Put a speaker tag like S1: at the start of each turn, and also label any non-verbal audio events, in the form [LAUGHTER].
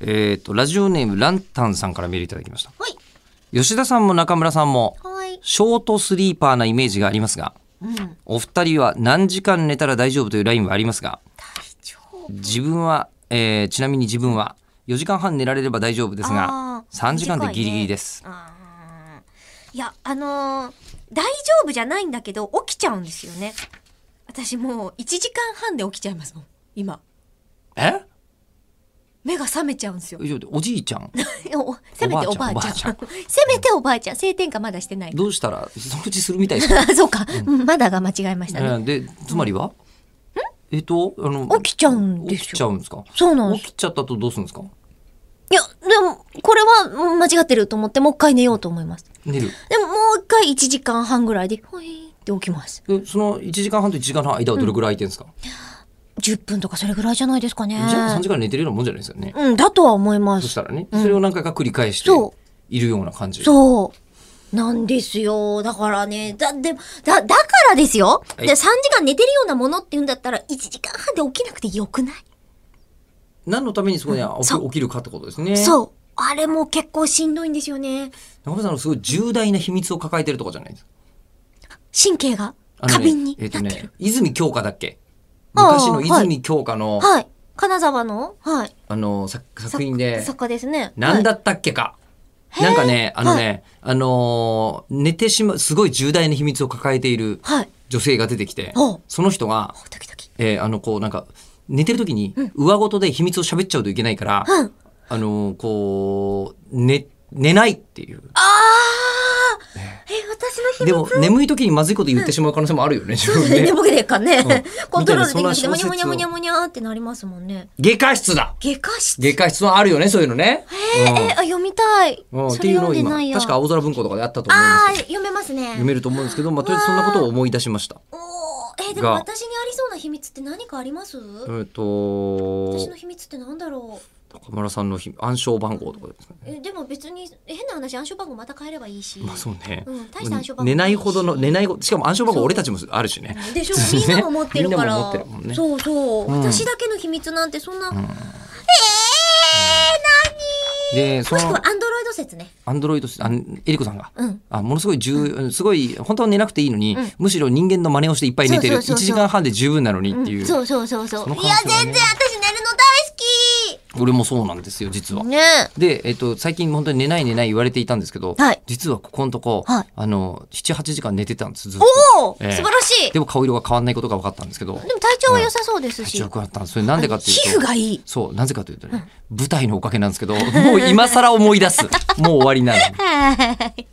S1: えっ、と、ラジオネームランタンさんからメールいただきました。
S2: はい。
S1: 吉田さんも中村さんも、
S2: はい。
S1: ショートスリーパーなイメージがありますが、
S2: うん。大
S1: お二人は何時間寝たら大丈夫というラインはありますが、
S2: 丈
S1: 自分は、えーちなみに自分は4時間半寝られれば大丈夫ですが
S2: あ、ー
S1: 3時間でギリギリです。
S2: あーいや、あのー大丈夫じゃないんだけど、起きちゃうんですよね。私もう1時間半で起きちゃいますもん。今。
S1: え
S2: 目が覚めちゃうんですよ。
S1: おじいちゃん、
S2: おせめてお
S1: お
S2: ば
S1: ば
S2: あ
S1: あ
S2: ち
S1: ち
S2: ゃ
S1: ゃ
S2: ん。
S1: ん
S2: [LAUGHS] せめておばあちゃん。性転換まだしてない。 [LAUGHS]
S1: どうしたらそのうちするみたいです。
S2: あ、そうか。うんまだが間違えました
S1: え
S2: ね。
S1: ーで、つまりは、えっと、あの、
S2: 起きちゃうんですよ
S1: 起きちゃうんですか
S2: そうなんです
S1: 起きちゃったとどうするんですか
S2: いや、でも、これはうん間違ってると思って、もう一回寝ようと思います。
S1: 寝る。
S2: でも、もう一回1時間半ぐらいで、ほいーって起きます。
S1: でその1時間半と1時間半の間はどれぐらい空いてるんですか、
S2: 10分とかそれぐらいじゃないですかね。
S1: じゃあ3時間寝てるようなもんじゃないですよね。
S2: うん、だとは思いま
S1: そし
S2: す。
S1: たらね、それを何回か繰り返して
S2: そ
S1: いるような感じ。
S2: そう。なんですよ。だからね、だ、でも、だ、だからですよ。
S1: はい
S2: で、3時間寝てるようなものって言うんだったら、1時間半で起きなくてよくない、
S1: 何のためにそこに起き
S2: そう
S1: 起きるかってことですね。う。
S2: そう。あれも結構しんどいんですよね。
S1: 中村さんのすごい重大な秘密を抱えてるとかじゃないですか。
S2: 神経が
S1: あのね
S2: 過敏に
S1: え
S2: な
S1: っ、
S2: って
S1: と
S2: る。
S1: ね、泉京香だっけ
S2: ああ
S1: 昔の泉京香の、
S2: はい。金沢のはい。
S1: あの作作品で、
S2: 作家ですね。
S1: なん
S2: は
S1: だったっけか。なんかね、あのね、
S2: は
S1: あのー寝てしまう、すごい重大な秘密を抱えている
S2: い。はい。
S1: 女性が出てきて
S2: おう、
S1: その人が、
S2: おドキドキ。
S1: えーあの、こう、なんか、寝てる時に、上ごとで秘密を喋っちゃうといけないから、
S2: うん。
S1: あのーこう、寝、寝ないっていう。
S2: ああえ、私の日
S1: でも、眠い時にまずいこと言ってしまう可能性もあるよね、自
S2: そう
S1: 分
S2: [LAUGHS] だね、
S1: で
S2: 寝。ぼけてるからね。
S1: うん
S2: [LAUGHS] コントロールできなくて、
S1: みたいなそん
S2: もにゃ
S1: な小説を
S2: もにゃもにゃもにゃってなりますもんね。
S1: 外科室だ
S2: 外科室
S1: 外科室はあるよね、そういうのね。
S2: えー、えー、あ読みたい。
S1: うんうんっ
S2: そ
S1: て
S2: れ
S1: いうのを
S2: 読んで
S1: 今
S2: ない、や。
S1: 確か青空文庫とかであったと思います
S2: ああ、。読めますね。
S1: 読めると思うんですけど、まあ、とりあえずそんなことを思い出しました。
S2: おーえー、でも
S1: が
S2: 私にありそうな秘密って何かあります
S1: えっ、
S2: 私
S1: と
S2: の、秘密ってなんだろう
S1: 高村さんのひ暗証番号とかですかね。
S2: えーでも別に変な話暗証番号また変えればいいし、
S1: まあそうね。
S2: うん大した暗証番号
S1: 寝ないほどの、寝ないほど、しかも暗証番号俺たちもあるしね。
S2: でしょみんなも持ってるか
S1: みんなも持
S2: ら
S1: ってるもんね
S2: そうそう、
S1: うん
S2: 私だけの秘密なんてそんな、えー、
S1: で、そ
S2: [LAUGHS] もしく
S1: の
S2: は、アンドロイド説ね
S1: アンドロイド、あエリコさんが、
S2: うん
S1: あものすごい重、すごい、本当は寝なくていいのに、むしろ人間の真似をしていっぱい寝てる。
S2: そうそうそうそ
S1: 1
S2: う
S1: 時間半で十分なのにっていう。
S2: そうそうそうそう、
S1: その
S2: い
S1: 可能
S2: や
S1: 性はね
S2: 全然私寝るの
S1: 俺もそうなんですよ、実は
S2: 大好き。ねえ
S1: で、えっと、最近本当に寝ない寝ない言われていたんですけど、
S2: はい
S1: 実はここのとこ、
S2: はい
S1: あの、7、8時間寝てたんです、ずっと。
S2: おお、
S1: ええ
S2: 素晴らしいで
S1: でも顔色が変わんないことが分かったんですけど、
S2: も体調は良さそうです
S1: 体
S2: し、
S1: 調良くなったんです。それなんでかっていうと。
S2: 皮膚がいい
S1: そう、なぜかというとね、舞台のおかげなんですけど、もう今更思い出す。もう終わりなのに。
S2: はい